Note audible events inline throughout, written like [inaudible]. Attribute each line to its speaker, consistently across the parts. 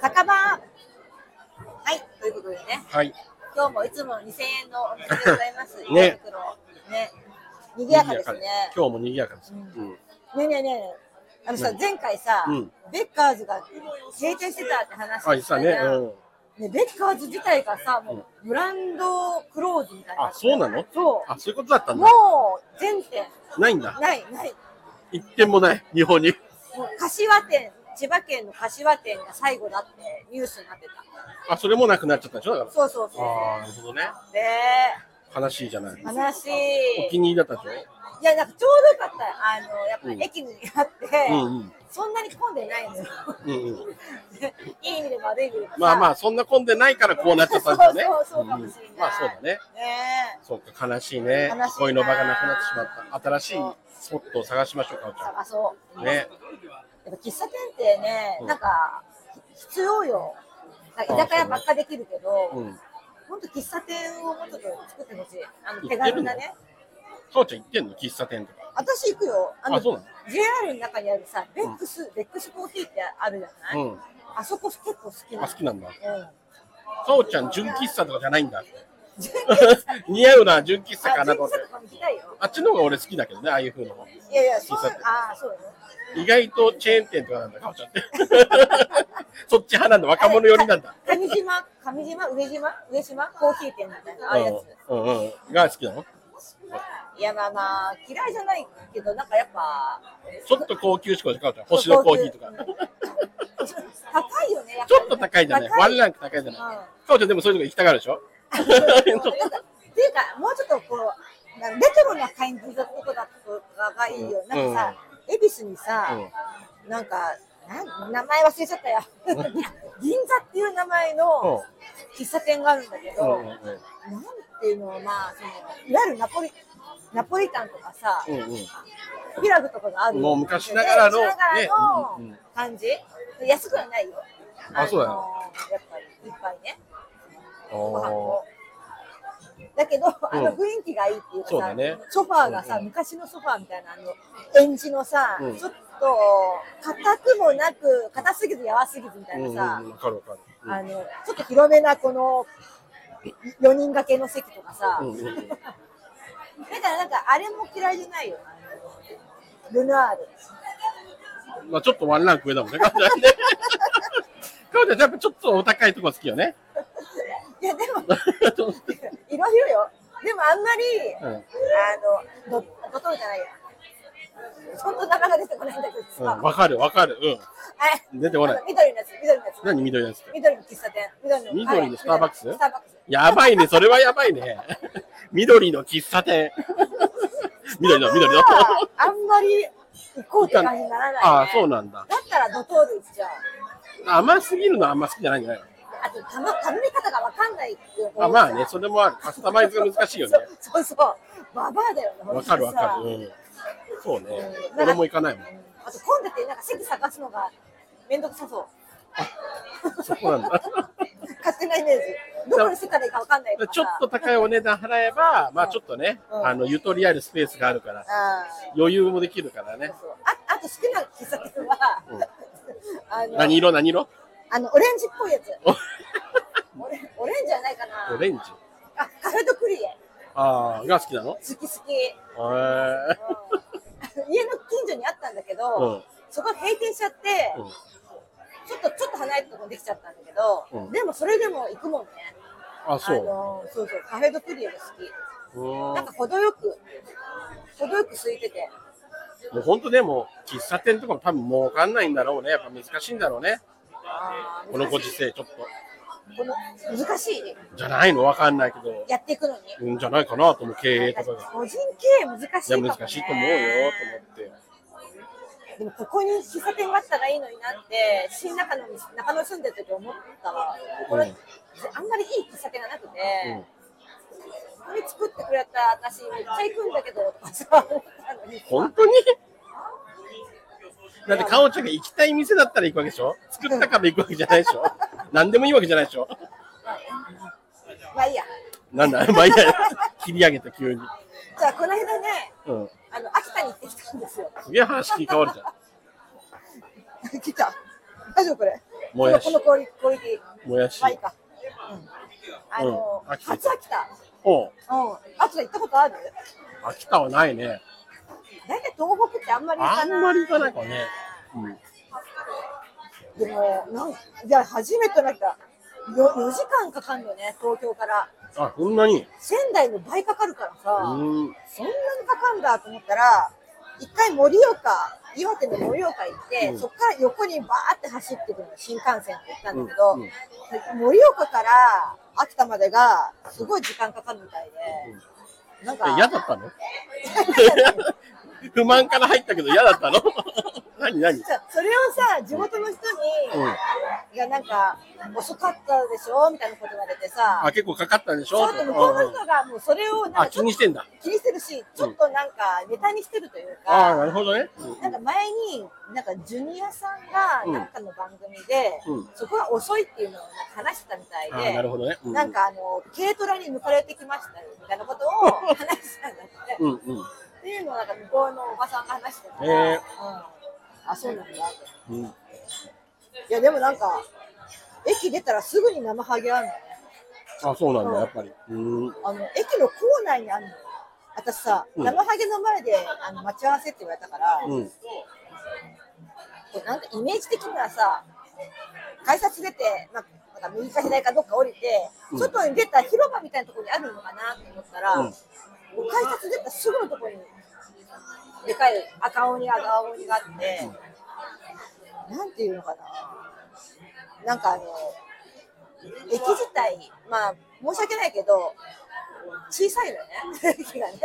Speaker 1: 酒場はい、ということでね、
Speaker 2: はい。
Speaker 1: 今日もいつもの2000円のお店でございます。
Speaker 2: [laughs] ね
Speaker 1: 池袋。ね。賑やかですね。
Speaker 2: 今日も賑やかです。うん。
Speaker 1: ねえねえねえねえ。あのさ、
Speaker 2: 何
Speaker 1: 前回さ、
Speaker 2: うん
Speaker 1: ベッカーズが閉店してたって話
Speaker 2: あ、
Speaker 1: を
Speaker 2: 実
Speaker 1: した
Speaker 2: 際
Speaker 1: じ
Speaker 2: ね。
Speaker 1: ゃん
Speaker 2: うん。
Speaker 1: ねベッカーズ自体がさ、もううブランドクローズみたいな。
Speaker 2: あ、そうなの
Speaker 1: そ
Speaker 2: あ、そういうことだった
Speaker 1: う。
Speaker 2: ん
Speaker 1: も
Speaker 2: だ。
Speaker 1: う全店、
Speaker 2: ないんだ。
Speaker 1: ない、ない。
Speaker 2: 一件もない。日本に。
Speaker 1: もう柏店、千葉県の柏店が最後だってニュースになってた。
Speaker 2: あ、それもなくなっちゃったでしょだか
Speaker 1: そうそう
Speaker 2: ら。
Speaker 1: そ
Speaker 2: ああ、なるほどね。
Speaker 1: う。で、
Speaker 2: 悲しいじゃない。
Speaker 1: 悲しい。
Speaker 2: お気に入りだったでし
Speaker 1: いや、なんかちょうどよかった。あの、やっぱ
Speaker 2: うん
Speaker 1: り駅にあって、
Speaker 2: ょうんうん。
Speaker 1: そんなに混んでないのよ。 [laughs]
Speaker 2: うんうん。
Speaker 1: いい意味でも悪い意味でもさ。
Speaker 2: まあまあ、そんな混んでないからこうなっちゃったんだね。
Speaker 1: そうそうそうかもしれない
Speaker 2: んまあそうだね。
Speaker 1: あ。ねえ。
Speaker 2: そうか、悲しいね
Speaker 1: 悲しいな。
Speaker 2: 恋の場がなくなってしまった。新しいスポットを探しましょうか、おちゃ
Speaker 1: 探そう。
Speaker 2: ん。ね。
Speaker 1: やっぱ喫茶店ってね、
Speaker 2: うん
Speaker 1: なんか、必要よ。なんか居酒屋ばっかできるけど、
Speaker 2: うん。
Speaker 1: ほんと喫茶店をもうちょっと作ってほしい。あの手軽なね。
Speaker 2: そうちゃん行ってんの喫茶店とか。
Speaker 1: 私行くよ。あの
Speaker 2: あそうなの
Speaker 1: JR の中にあるさ、ベックス、ベックスコーヒーってあるじゃない、
Speaker 2: うん。
Speaker 1: あそこ結構好きな
Speaker 2: [laughs] あ、
Speaker 1: の
Speaker 2: 好。きなんだ。
Speaker 1: うん。
Speaker 2: さおちゃん、純喫茶とかじゃないんだ。
Speaker 1: 純喫茶
Speaker 2: 似合うな、純喫茶
Speaker 1: あ
Speaker 2: かな
Speaker 1: 純
Speaker 2: と思
Speaker 1: 喫
Speaker 2: って
Speaker 1: 茶。とかも行きたいよ。
Speaker 2: あっちの方が俺好きだけどね、ああいう風の。
Speaker 1: いやいや、そう
Speaker 2: 喫茶店
Speaker 1: ああ、そうよ。
Speaker 2: 意外とチェーン店とかなんだ、かおちゃ
Speaker 1: [laughs]
Speaker 2: んって。そっち派なんだ、若者寄りなんだ。
Speaker 1: あれか上島、上島、上島、上島、コーヒー店みたいな、ああいうやつ。
Speaker 2: うんうんうん。が好きなの
Speaker 1: いやだな、嫌いじゃないけど、なんかやっぱ。
Speaker 2: ちょっと高級志向でかおちゃん。星のコーヒーとか。
Speaker 1: 高いよね。やぱ
Speaker 2: ちょっと高いじゃない。ワン
Speaker 1: い
Speaker 2: ランク高いじゃない。
Speaker 1: うん
Speaker 2: かおちゃんでもそういうの行きたがるでしょ [laughs]
Speaker 1: っていうか、もうちょっとこう、なんかレトロな感じのとこだとかがいいよ。
Speaker 2: う
Speaker 1: なんんかさ、恵比寿にさ、なんか、なん名前忘れちゃったよ。 [laughs] 銀座っていう名前の喫茶店があるんだけ
Speaker 2: う
Speaker 1: ど、
Speaker 2: んうんうん
Speaker 1: なんていうのはまあ、そのいわゆるナポリナポリタンとかさ、
Speaker 2: うんうん
Speaker 1: ピラフとかがあるよ
Speaker 2: もう昔ながらの
Speaker 1: 昔ながらの
Speaker 2: ねうんうん
Speaker 1: 感じ、安くはないよ。
Speaker 2: あ
Speaker 1: の
Speaker 2: そうだよ
Speaker 1: やっぱりいっぱいね、ご飯
Speaker 2: お
Speaker 1: も。だけど、あの
Speaker 2: うん
Speaker 1: 雰囲気がいいっていうか
Speaker 2: そう
Speaker 1: さ、
Speaker 2: だね
Speaker 1: ソファーがさ、
Speaker 2: うんうん
Speaker 1: 昔のソファーみたいな、あの、エンジのさ、
Speaker 2: うん
Speaker 1: ちょっと、硬くもなく、硬すぎず、柔すぎずみた
Speaker 2: ー
Speaker 1: いうなん
Speaker 2: う
Speaker 1: さ、
Speaker 2: んわかるわかる。うん
Speaker 1: あの、ちょっと広めな、この、4人掛けの席とかさ、
Speaker 2: うんうんうん
Speaker 1: だからなんかあれも嫌いじゃないよ。ルナール。
Speaker 2: まあちょっとワンランク上だもんね、かおちゃ
Speaker 1: [laughs]
Speaker 2: んね。かおちゃん、やっぱちょっとお高いとこ好きよね。
Speaker 1: いやでもいろいろよ。でもあんまり、
Speaker 2: うん
Speaker 1: あのドドトールじゃないや。本当名前が出てこないんだけど
Speaker 2: [laughs] う
Speaker 1: さ。
Speaker 2: ん、わかるわかる。う
Speaker 1: はい
Speaker 2: ん。出てこない
Speaker 1: あの。緑のやつ、緑のやつ。
Speaker 2: 何緑のやつって。
Speaker 1: 緑の喫茶店。緑の。
Speaker 2: 緑のスターバックス
Speaker 1: はい緑のスターバックス。
Speaker 2: やばいね、それはやばいね。 [laughs] 緑の喫茶店。 [laughs] 緑の、緑の。
Speaker 1: あーあんまり行こうって感じにならない、ね。
Speaker 2: ああ、そうなんだ。
Speaker 1: だったらドトール行っちゃう。
Speaker 2: 甘すぎるのはあんま好きじゃないんじゃない
Speaker 1: あと頼頼み方がわかんないっていう
Speaker 2: のあまあね、それもある。カスタマイズが難しいよね。
Speaker 1: そうそうそう。ババアだよね。
Speaker 2: わかるわかる。
Speaker 1: 本当にさ
Speaker 2: うん。そうね
Speaker 1: う。ん
Speaker 2: 俺も行かないもん。
Speaker 1: あと混んでてなんか席探すのがめんどくさそう。
Speaker 2: そ
Speaker 1: [laughs]
Speaker 2: こなんだ。
Speaker 1: 勝手なイメージ。どこにしてたらいいかわかんないとか
Speaker 2: ちょっと
Speaker 1: さ。
Speaker 2: 高いお値段払えば、まあちょっとね、
Speaker 1: うん
Speaker 2: あの、ゆとりあるスペースがあるから、
Speaker 1: あ
Speaker 2: 余裕もできるから
Speaker 1: ー
Speaker 2: ね。
Speaker 1: そうああと好きな喫茶店は、
Speaker 2: う
Speaker 1: [laughs] あの
Speaker 2: 何色何色 [laughs]
Speaker 1: あのオレンジっぽいやつ。
Speaker 2: お
Speaker 1: オレンオレンジじゃないかな。
Speaker 2: オレンジ
Speaker 1: あカフェドクリエ
Speaker 2: ああ、が好きなの
Speaker 1: 好き好き。
Speaker 2: へ
Speaker 1: うん [laughs] 家の近所にあったんだけ
Speaker 2: え。う
Speaker 1: ど、
Speaker 2: ん。
Speaker 1: そこ閉店しちゃって、
Speaker 2: うん
Speaker 1: ちょっとちょっと離れたところにできちゃったんだけど、
Speaker 2: うん
Speaker 1: でもそれでも行くもんね。
Speaker 2: あ、
Speaker 1: あ
Speaker 2: そう。
Speaker 1: のそうそうカフェドクリエが好き。
Speaker 2: うん
Speaker 1: なんか程よく、程よく空いてて。
Speaker 2: もう本当でもう喫茶店とかも多分儲かんないんだろうねやっぱ難しいんだろうね
Speaker 1: あー
Speaker 2: このご時世ちょっ
Speaker 1: この難しいね、
Speaker 2: とじゃないのわかんないけど
Speaker 1: やっていくのに。
Speaker 2: うんじゃないかなと思う経営とかが
Speaker 1: 個人経営難しいかも、ね。
Speaker 2: いや難しいと思うよと思って
Speaker 1: でもここに喫茶店があったらいいのになって、新中野に中野住んでる時思ったわ。これ、
Speaker 2: うん
Speaker 1: あんまりいい喫茶店がなくて、
Speaker 2: うん
Speaker 1: これ作ってくれたら私めっちゃ行くんだけど、とかさ思ったのに。
Speaker 2: 本当にだってかおちゃんが行きたい店だったら行くわけでしょ作ったから行くわけじゃないでしょ何でもいいわけじゃないでしょ
Speaker 1: まあいいや。
Speaker 2: なんだまあいいや切り上げた急に
Speaker 1: じゃあこの間ね、
Speaker 2: うん
Speaker 1: あの秋田に行ってきたんですよ。 [laughs]
Speaker 2: すげえ話聞き変わるじゃん
Speaker 1: 来た。大丈夫これ。
Speaker 2: もやし
Speaker 1: このこのクオリクオリティ。
Speaker 2: もやし
Speaker 1: まあいいか。うん。あの、
Speaker 2: うん秋田
Speaker 1: 初秋田。
Speaker 2: おう
Speaker 1: うん。秋田行ったことある
Speaker 2: 秋田はないね。
Speaker 1: 大体東北ってあんまり行
Speaker 2: あ
Speaker 1: か
Speaker 2: ん
Speaker 1: ない。
Speaker 2: まり行かないかね。うん
Speaker 1: でも、なんいや、初めてなんか、よ4時間かかんのね、東京から。
Speaker 2: あ、そんなに。
Speaker 1: 仙台の倍かかるからさ、
Speaker 2: うん。
Speaker 1: そんなにかかんだと思ったら、一回盛岡、岩手の盛岡行って、
Speaker 2: うん
Speaker 1: そこから横にバーって走ってくるの、新幹線って言ったんだけ
Speaker 2: う
Speaker 1: ど、
Speaker 2: んうん
Speaker 1: 盛岡から秋田までが、すごい時間かかるみたいで、なんか、
Speaker 2: え嫌だっ
Speaker 1: [laughs]
Speaker 2: たの不満から入ったけど嫌だったの何何
Speaker 1: じゃあそれをさ、地元の人に、
Speaker 2: うん。
Speaker 1: いや、なんか、遅かったでしょみたいなことが出てさ
Speaker 2: あ、、結構かかったんでし
Speaker 1: ちょ
Speaker 2: ょ
Speaker 1: っと向こうの
Speaker 2: うんうん
Speaker 1: 人がもうそれをなん
Speaker 2: あ、
Speaker 1: かち
Speaker 2: 気
Speaker 1: ょっ
Speaker 2: にしてんだ。
Speaker 1: と気にしてるし、ちょっとなんかネタにしてるという
Speaker 2: ああ、
Speaker 1: か、
Speaker 2: なるほどね。うんうん
Speaker 1: なんか前に、なんかジュニアさん
Speaker 2: う
Speaker 1: が
Speaker 2: ん
Speaker 1: なんかの番組で、
Speaker 2: うん
Speaker 1: そこが遅いっていうのをなんか話してたみたい
Speaker 2: ああ、なる
Speaker 1: で、
Speaker 2: ほどね。うう
Speaker 1: なん、かあの、軽トラに抜かれてきましたよみたいなことを話したんだ
Speaker 2: [laughs]
Speaker 1: って、
Speaker 2: うんうん。
Speaker 1: っていうのをなんか向こうのおばさんが話してたから、
Speaker 2: へえ
Speaker 1: うん、あ、そうなんだって。
Speaker 2: うん
Speaker 1: いや、でもなんか、駅出たらすぐに生ハゲあるのね。
Speaker 2: あ、そうなんだ、やっぱり。うん。
Speaker 1: あの駅の構内にあるのよ。私さ、
Speaker 2: うん
Speaker 1: 生ハゲの前であの待ち合わせって言われたから、
Speaker 2: うん。
Speaker 1: こうなんかイメージ的にはさ、改札出て、まあ、なんか右か左かどっか降りて、
Speaker 2: うん
Speaker 1: 外に出た広場みたいなところにあるのかなと思ったら、
Speaker 2: うん
Speaker 1: もう改札出たすぐのところに、でかい赤鬼、赤鬼があって、なんていうのかな、なんかあの、駅自体、まあ、申し訳ないけど、小さいのね、駅がね。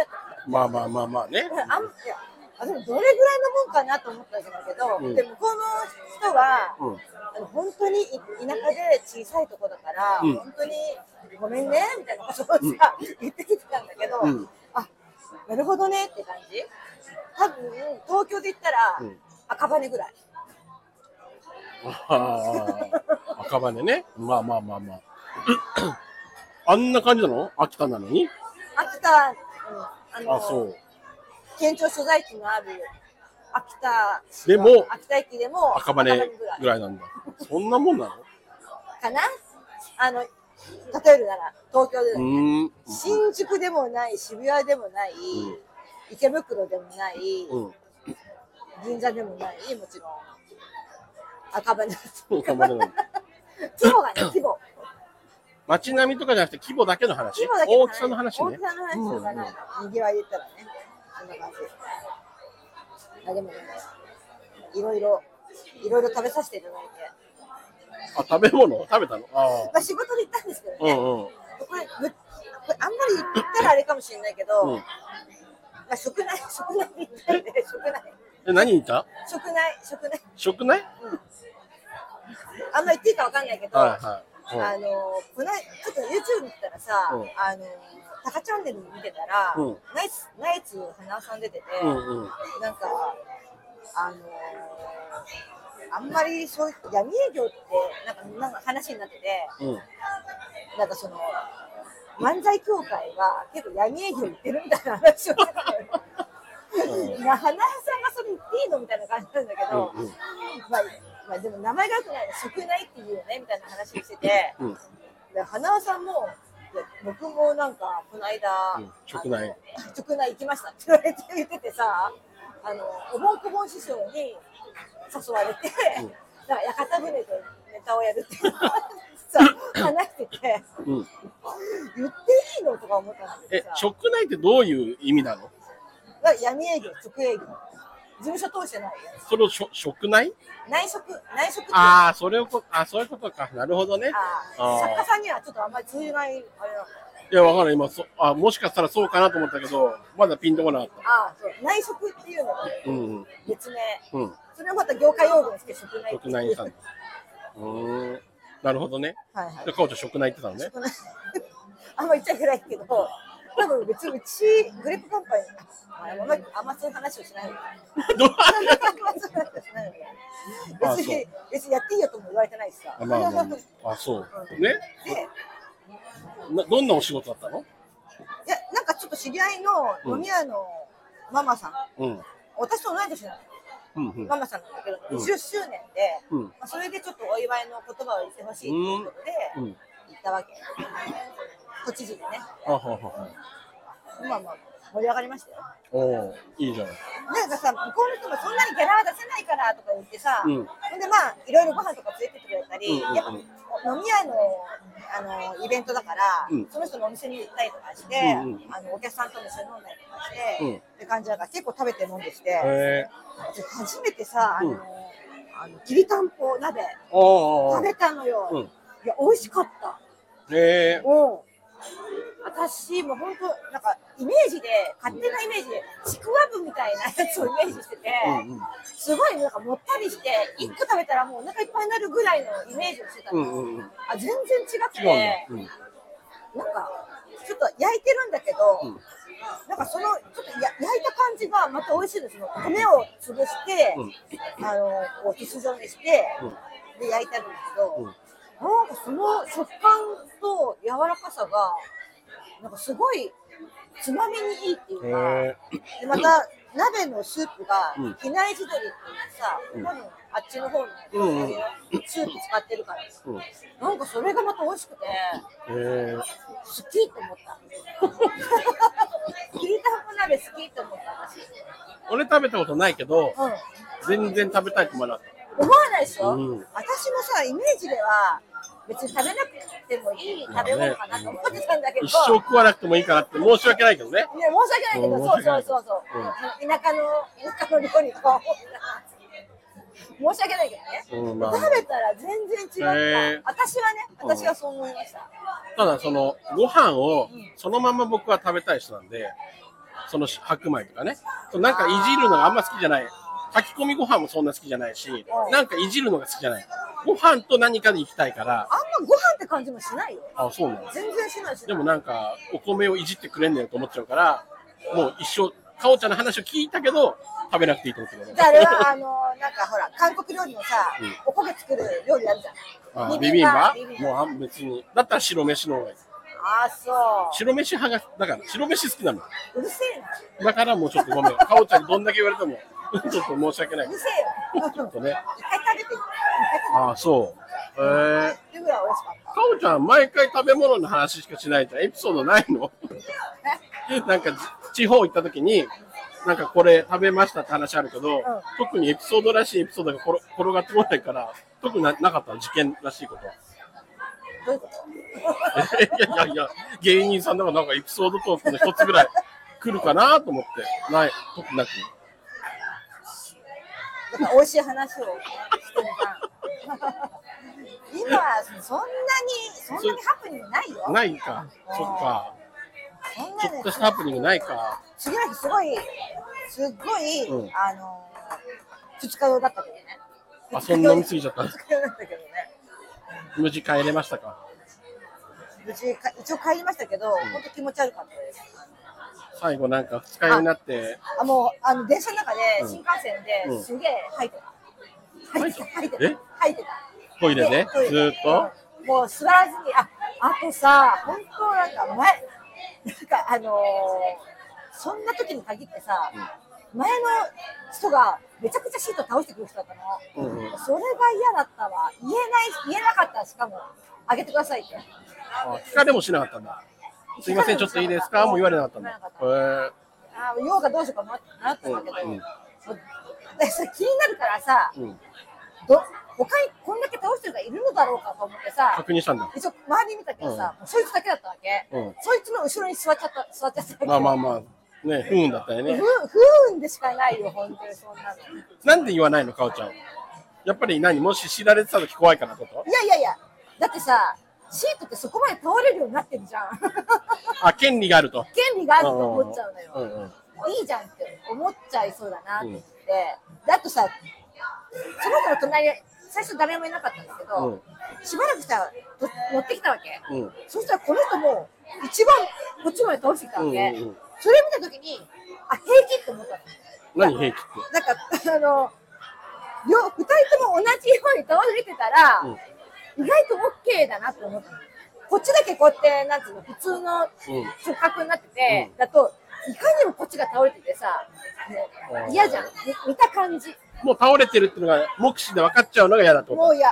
Speaker 2: まあまあまあまあね。
Speaker 1: あんいやあでもどれぐらいのもんかなと思ったんだけど、
Speaker 2: うん
Speaker 1: でもこの人は、
Speaker 2: うん。
Speaker 1: あの本当にい田舎で小さいとこだから、
Speaker 2: うん
Speaker 1: 本当にごめんねみたいなことをさ、言ってきてたんだけど、
Speaker 2: うん
Speaker 1: あなるほどねって感じ多分東京で言ったら、
Speaker 2: うん
Speaker 1: 赤羽ぐらい
Speaker 2: ああ、赤羽ね。まあまあまあまあ。 [coughs] あんな感じなの秋田なのに
Speaker 1: 秋田、うん、あの
Speaker 2: あ、そう。
Speaker 1: 県庁所在地のある秋田市
Speaker 2: でも
Speaker 1: 秋田駅でも
Speaker 2: 赤羽
Speaker 1: ぐらい
Speaker 2: ぐらいなんだ。そんなもんなの
Speaker 1: かなあの例えるなら東京で、
Speaker 2: うーん。
Speaker 1: 新宿でもない渋谷でもない、
Speaker 2: うん
Speaker 1: 池袋でもない、
Speaker 2: うん。
Speaker 1: 銀座でもないもちろん赤羽
Speaker 2: 赤羽なのに
Speaker 1: [laughs] 規模がね規模
Speaker 2: 街並みとかじゃなくて規模だけの話。
Speaker 1: 規模だけ
Speaker 2: 大きさの話
Speaker 1: 大
Speaker 2: ね
Speaker 1: き。さの話とかない、にぎわいで言ったらねそんな感じあでもねいろいろいろいろ食べさせていただいて、
Speaker 2: あ、食べ物食べたのあ
Speaker 1: まあ、仕事で行ったんですけ
Speaker 2: あ。
Speaker 1: ど
Speaker 2: う
Speaker 1: ね、
Speaker 2: んうん。
Speaker 1: これぶこれあんまり言ったらあれかもしれないけど、
Speaker 2: うん
Speaker 1: まあ、食内食内で行ったんで食内
Speaker 2: え、何言った
Speaker 1: 食内食内
Speaker 2: 食内
Speaker 1: あんま言っていいかわかんないけど、
Speaker 2: はいはい。うん
Speaker 1: あのこのちょっと YouTube 見てたらさ、
Speaker 2: うん
Speaker 1: あのタカチャンネル見てたら、
Speaker 2: うん
Speaker 1: ナイツナイツ花輪さん出てて、
Speaker 2: うんうん。
Speaker 1: なんかあのあんまりそういう闇営業ってなんかなんか話になってて
Speaker 2: うん。
Speaker 1: なんかその漫才協会が結構闇営業言ってるみたいな話をしてたのよ
Speaker 2: う
Speaker 1: な花輪さんがそれ言っていいのみたいな感じなんだけど、
Speaker 2: うんうん
Speaker 1: まあ、まあでも名前が良くない食ないっていうよねみたいな話をしてて。
Speaker 2: うん。
Speaker 1: で花輪さんもいや僕もなんかこの間、
Speaker 2: うん直内
Speaker 1: あの直内行きましたって [laughs] 言われて言っててさあのおぼんこぼん師匠に誘われて、
Speaker 2: うん
Speaker 1: なんか屋形船でネタをやるっていうさ
Speaker 2: [coughs]
Speaker 1: 話してて
Speaker 2: うん。
Speaker 1: 言っていいのとか思ったんだけ
Speaker 2: え
Speaker 1: どさ、
Speaker 2: 食内ってどういう意味なの
Speaker 1: なんか闇営業直営業事務所通してないや
Speaker 2: それをしょ食内
Speaker 1: つ内職内職っていうあ
Speaker 2: ああ、それをこ、あそういうことか。なるほどね。
Speaker 1: ー
Speaker 2: あー
Speaker 1: 作家さんにはちょっとあんまり通じないあれなんだ
Speaker 2: いや、わかんない。今そあ、もしかしたらそうかなと思ったけど、まだピンとこなかっ
Speaker 1: ああそう内職っていうのが
Speaker 2: た。うんうん。
Speaker 1: 別名
Speaker 2: うん。
Speaker 1: それをまた業界用語にして食内
Speaker 2: 食内さん。うーん。なるほどね。
Speaker 1: はいはい
Speaker 2: で、かおちゃん食内ってたの
Speaker 1: [laughs]
Speaker 2: ね。
Speaker 1: 食内あんま言っちゃいけないけど多分別にうちグレープカンパニーあんまあんまそういう話をしない [laughs] の
Speaker 2: どうあ
Speaker 1: 別に別にやっていいよとも言われてないしさ、
Speaker 2: あ
Speaker 1: [laughs]
Speaker 2: まあまあまあ、あそう。ね
Speaker 1: でい
Speaker 2: などんなお仕事だったの
Speaker 1: やなんかちょっと知り合いの飲み屋のママさん、
Speaker 2: うん。
Speaker 1: 私と同い年なの
Speaker 2: うんうん
Speaker 1: ママさんなんだけど、
Speaker 2: うん
Speaker 1: 20周年で、
Speaker 2: うん
Speaker 1: まあそれでちょっとお祝いの言葉を言ってほしいということで、
Speaker 2: うん
Speaker 1: 行ったわけ。都知事にね。
Speaker 2: あははは
Speaker 1: まあまあ、盛り上がりましたよ。
Speaker 2: おおいいじゃない
Speaker 1: なんかさ、向こうの人もそんなにギャラは出せないからとか言ってさ、
Speaker 2: う
Speaker 1: ほ
Speaker 2: ん
Speaker 1: ん、でまあ、いろいろご飯とか連れてってくれたり、
Speaker 2: うんうんうん
Speaker 1: やっぱ飲み屋のあのイベントだから、
Speaker 2: うん
Speaker 1: その人のお店に行ったりとかして、
Speaker 2: うんうん
Speaker 1: あのお客さんとも一緒に飲んだりとかして、
Speaker 2: うん
Speaker 1: って感じだから結構食べて飲んできて、
Speaker 2: へえ
Speaker 1: で初めてさ、あの、
Speaker 2: うん
Speaker 1: あのきりたんぽ鍋
Speaker 2: ああ
Speaker 1: 食べたのよ。
Speaker 2: うん
Speaker 1: いや、美味しかった。
Speaker 2: へえ
Speaker 1: うん。私も本当なんかイメージで勝手なイメージでちくわぶみたいなやつをイメージしてて、
Speaker 2: うんうん
Speaker 1: すごいなんかもったりして一個食べたらもうお腹いっぱいになるぐらいのイメージをしてた
Speaker 2: う
Speaker 1: の、
Speaker 2: んうんうん
Speaker 1: あ全然違く
Speaker 2: 違
Speaker 1: て、
Speaker 2: うんだうん
Speaker 1: なんかちょっと焼いてるんだけど、
Speaker 2: うん
Speaker 1: なんかそのちょっとや焼いた感じがまた美味しいですよ米を潰して、あのこう筒状にして、
Speaker 2: うん
Speaker 1: で焼いてあるんですけど、
Speaker 2: うん
Speaker 1: なんかその食感と柔らかさがなんかすごいつまみにいいっていうか、
Speaker 2: へえ
Speaker 1: でまた鍋のスープが
Speaker 2: うん
Speaker 1: 比内地鶏っていうさ、
Speaker 2: うん
Speaker 1: 多分あっちの方の
Speaker 2: うんうん
Speaker 1: スープ使ってるから、
Speaker 2: うんへ
Speaker 1: なんかそれがまた美味しくて。
Speaker 2: え
Speaker 1: 好きと思った。きりたんぽ鍋好きと思った私。
Speaker 2: 俺食べたことないけど
Speaker 1: うん。
Speaker 2: 全然食べたいと思わなかった
Speaker 1: 思わないでしょ、
Speaker 2: うん
Speaker 1: 私もさ、イメージでは、別に食べなくてもいい食べ物かなと思ってたんだけど、
Speaker 2: 一生食わなくてもいいからって申し訳ないけどね
Speaker 1: ね、申し訳ないけど、そうそうそうそう、
Speaker 2: うん
Speaker 1: 田舎の、田舎の料理と思った。申し訳ないけどね。
Speaker 2: うんまあ
Speaker 1: 食べたら全然違
Speaker 2: へー
Speaker 1: った。私はね、
Speaker 2: うん
Speaker 1: 私はそう思いました。
Speaker 2: ただそのご飯をそのまま僕は食べたい人なんでその白米とかねそうなんかいじるのがあんま好きじゃない炊き込みご飯もそんな好きじゃないしなんかいじるのが好きじゃないご飯と何かで行きたいから
Speaker 1: あんまご飯って感じもしないよ。
Speaker 2: あそうなの
Speaker 1: 全然しないしない。
Speaker 2: でもなんかお米をいじってくれんねんと思っちゃうからもう一生かおちゃんの話を聞いたけど食べなくていいと思ってる
Speaker 1: じゃああれはあのなんかほら韓国料理のさ、
Speaker 2: うん
Speaker 1: おこげ作る料理あるじゃん。
Speaker 2: あビビンバ
Speaker 1: ビビンバ
Speaker 2: もうあん別にだったら白飯の方がいい
Speaker 1: ああそ
Speaker 2: 白飯派がだから白飯好きなの
Speaker 1: う。うるせえな。。
Speaker 2: だからもうちょっとごめん。かおちゃんにどんだけ言われても、 [laughs] ちょっと申し訳ないう
Speaker 1: るせえよ。
Speaker 2: ちょっとね。
Speaker 1: 一回食べてみて。
Speaker 2: ああ、そう。へえ
Speaker 1: 一回食べてみてっていうぐらい美味しかっ
Speaker 2: かおちゃん、毎回食べ物の話しかしないじゃん。エピソードないの [laughs] なんか、地方行った時に、なんかこれ食べましたって話あるけど、特にエピソードらしいエピソードが転転がってこないから、特にななかったの事件らしいことは。
Speaker 1: た。どういうこと？
Speaker 2: いやいやいや、芸人さんだからなんかエピソードトークの一つぐらい来るかなと思って、ない、特になく。
Speaker 1: だから美味しい話をねしてみた。今そんなにそんなにハプニングないよ。
Speaker 2: ないか。そっか。
Speaker 1: そん
Speaker 2: ち
Speaker 1: な
Speaker 2: ょっ
Speaker 1: ね
Speaker 2: としたハプニングないか。
Speaker 1: 次の日すごいすっごい、
Speaker 2: うん
Speaker 1: あの二日酔いだったけどね。
Speaker 2: あ、そんなに過ぎちゃった。
Speaker 1: 二日酔いだったけどね。
Speaker 2: 無事帰れましたか。
Speaker 1: 無事か一応帰りましたけど、本当気持ち悪かったです。
Speaker 2: 最後なんか二日酔いになって、
Speaker 1: あもうあの電車の中で
Speaker 2: うん
Speaker 1: 新幹線で
Speaker 2: うん
Speaker 1: すげえ吐いてた。吐いてた吐いて
Speaker 2: え
Speaker 1: た吐いてた。
Speaker 2: トイレで
Speaker 1: トイレ
Speaker 2: ずーっと。
Speaker 1: もう座らずにああとさ本当なんか前なんかあのーそんな時に限ってさ、前の人がめちゃくちゃシート倒してくる人だったの。
Speaker 2: うんうん。
Speaker 1: それが嫌だったわ。言えない言えなかったしかもあげてくださいって。
Speaker 2: あ、聞かれもしなかったんだ。すいません、ちょっといいですかもう言われなかったんだ。へー
Speaker 1: あー用かどうしようかななったんだけど、
Speaker 2: うんうん
Speaker 1: そうでそれ気になるからさ、
Speaker 2: うん。
Speaker 1: ど他にこんだけ倒してるがいるのだろうかと思ってさ、
Speaker 2: 確認したんだ。
Speaker 1: 一応周り見たけどさ、もうそいつだけだったわけ、
Speaker 2: うん
Speaker 1: そいつの後ろに座っちゃった、座っちゃったわけ。
Speaker 2: まあまあまあ、ね、不運だったよ
Speaker 1: 不
Speaker 2: ね。
Speaker 1: 不運でしかないよ、本当にそんなの。い
Speaker 2: なんで言わないの、かおちゃん。やっぱり何もし知られてた時怖いからってこと
Speaker 1: やいやいや、だってさ、シートってそこまで倒れるようになってるじゃん。 [laughs]
Speaker 2: あ、権利があると。
Speaker 1: 権利があると思っちゃうのよ。
Speaker 2: うんうん。
Speaker 1: いいじゃんって思っちゃいそうだなって思って、であとさその子の隣に最初誰もいなかったんだけど、
Speaker 2: うん
Speaker 1: しばらくしたらと乗ってきたわけ、
Speaker 2: うん
Speaker 1: そしたらこの人も一番こっちまで倒してきたわけ、
Speaker 2: うんうんうん
Speaker 1: それ見た時にあ平気って思ったの
Speaker 2: 何平気って。
Speaker 1: なんかあの両2人とも同じように倒れてたら、意外と OK だなって思ったのこっちだけこうやってなんつうの普通の
Speaker 2: うん。
Speaker 1: 直角になってて、
Speaker 2: うん
Speaker 1: だといかにもこっちが倒れててさもう
Speaker 2: あー
Speaker 1: 嫌じゃんみ見た感じ
Speaker 2: もう倒れてるっていうのが目視で分かっちゃうのが嫌だと
Speaker 1: も
Speaker 2: 思
Speaker 1: ういや、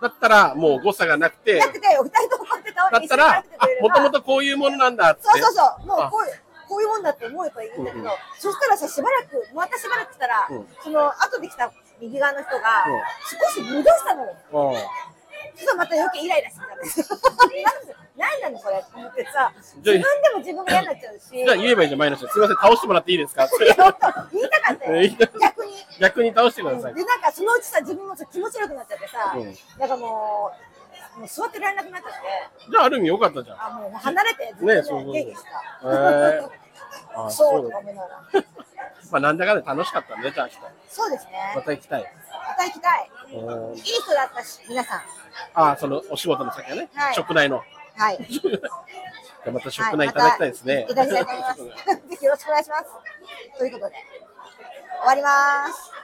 Speaker 2: だったらもう誤差がなくて
Speaker 1: なくて、お二人ともこうやって倒
Speaker 2: だ
Speaker 1: れ、
Speaker 2: ってたらあ
Speaker 1: 一緒に倒れてくれれ
Speaker 2: も
Speaker 1: ば
Speaker 2: ともとこういうものなんだって
Speaker 1: そうそうそう、もう
Speaker 2: あ
Speaker 1: こういう、こういうもんだって思えばいいんだけ
Speaker 2: うん
Speaker 1: ど
Speaker 2: うん、
Speaker 1: そしたらさ、しばらく、またしばらくしたら
Speaker 2: うん、
Speaker 1: その後で来た右側の人が
Speaker 2: うん、
Speaker 1: 少し戻したのよ。
Speaker 2: うん
Speaker 1: ちょっとまた余計イライラしてたんです。なんでなんなのこれって思ってさ、自分でも自分が嫌になっちゃうし、
Speaker 2: じゃあ言えばいいじゃん前の人すいません倒してもらっていいですかって
Speaker 1: 言いたかったよ、逆に。
Speaker 2: 逆に倒してください
Speaker 1: で、なんかそのうちさ、自分もさ気持ち悪くなっちゃってさ、
Speaker 2: うん
Speaker 1: なんかもう、もう座ってられなくなっちゃって、
Speaker 2: じゃあある意味良かったじゃん
Speaker 1: あ、もう離れて、ずっと
Speaker 2: ねそうそうそう
Speaker 1: ゲゲした。
Speaker 2: へーあ
Speaker 1: [laughs] ク
Speaker 2: そ
Speaker 1: ソー
Speaker 2: う
Speaker 1: と
Speaker 2: だ
Speaker 1: か思いながら。
Speaker 2: まあなんだかんだ楽しかったねじゃあ来た
Speaker 1: そうですね。
Speaker 2: [laughs] また行きたい
Speaker 1: また行きたい。
Speaker 2: うん
Speaker 1: いい人だったし、皆さん。
Speaker 2: ああそのお仕事の先はね、
Speaker 1: はい
Speaker 2: 職内の
Speaker 1: はい。
Speaker 2: じゃあまた食内いただきたいですね。
Speaker 1: はい
Speaker 2: [laughs]
Speaker 1: またいただきたいと思います。ぜひよろしくお願いします。ということで、終わります。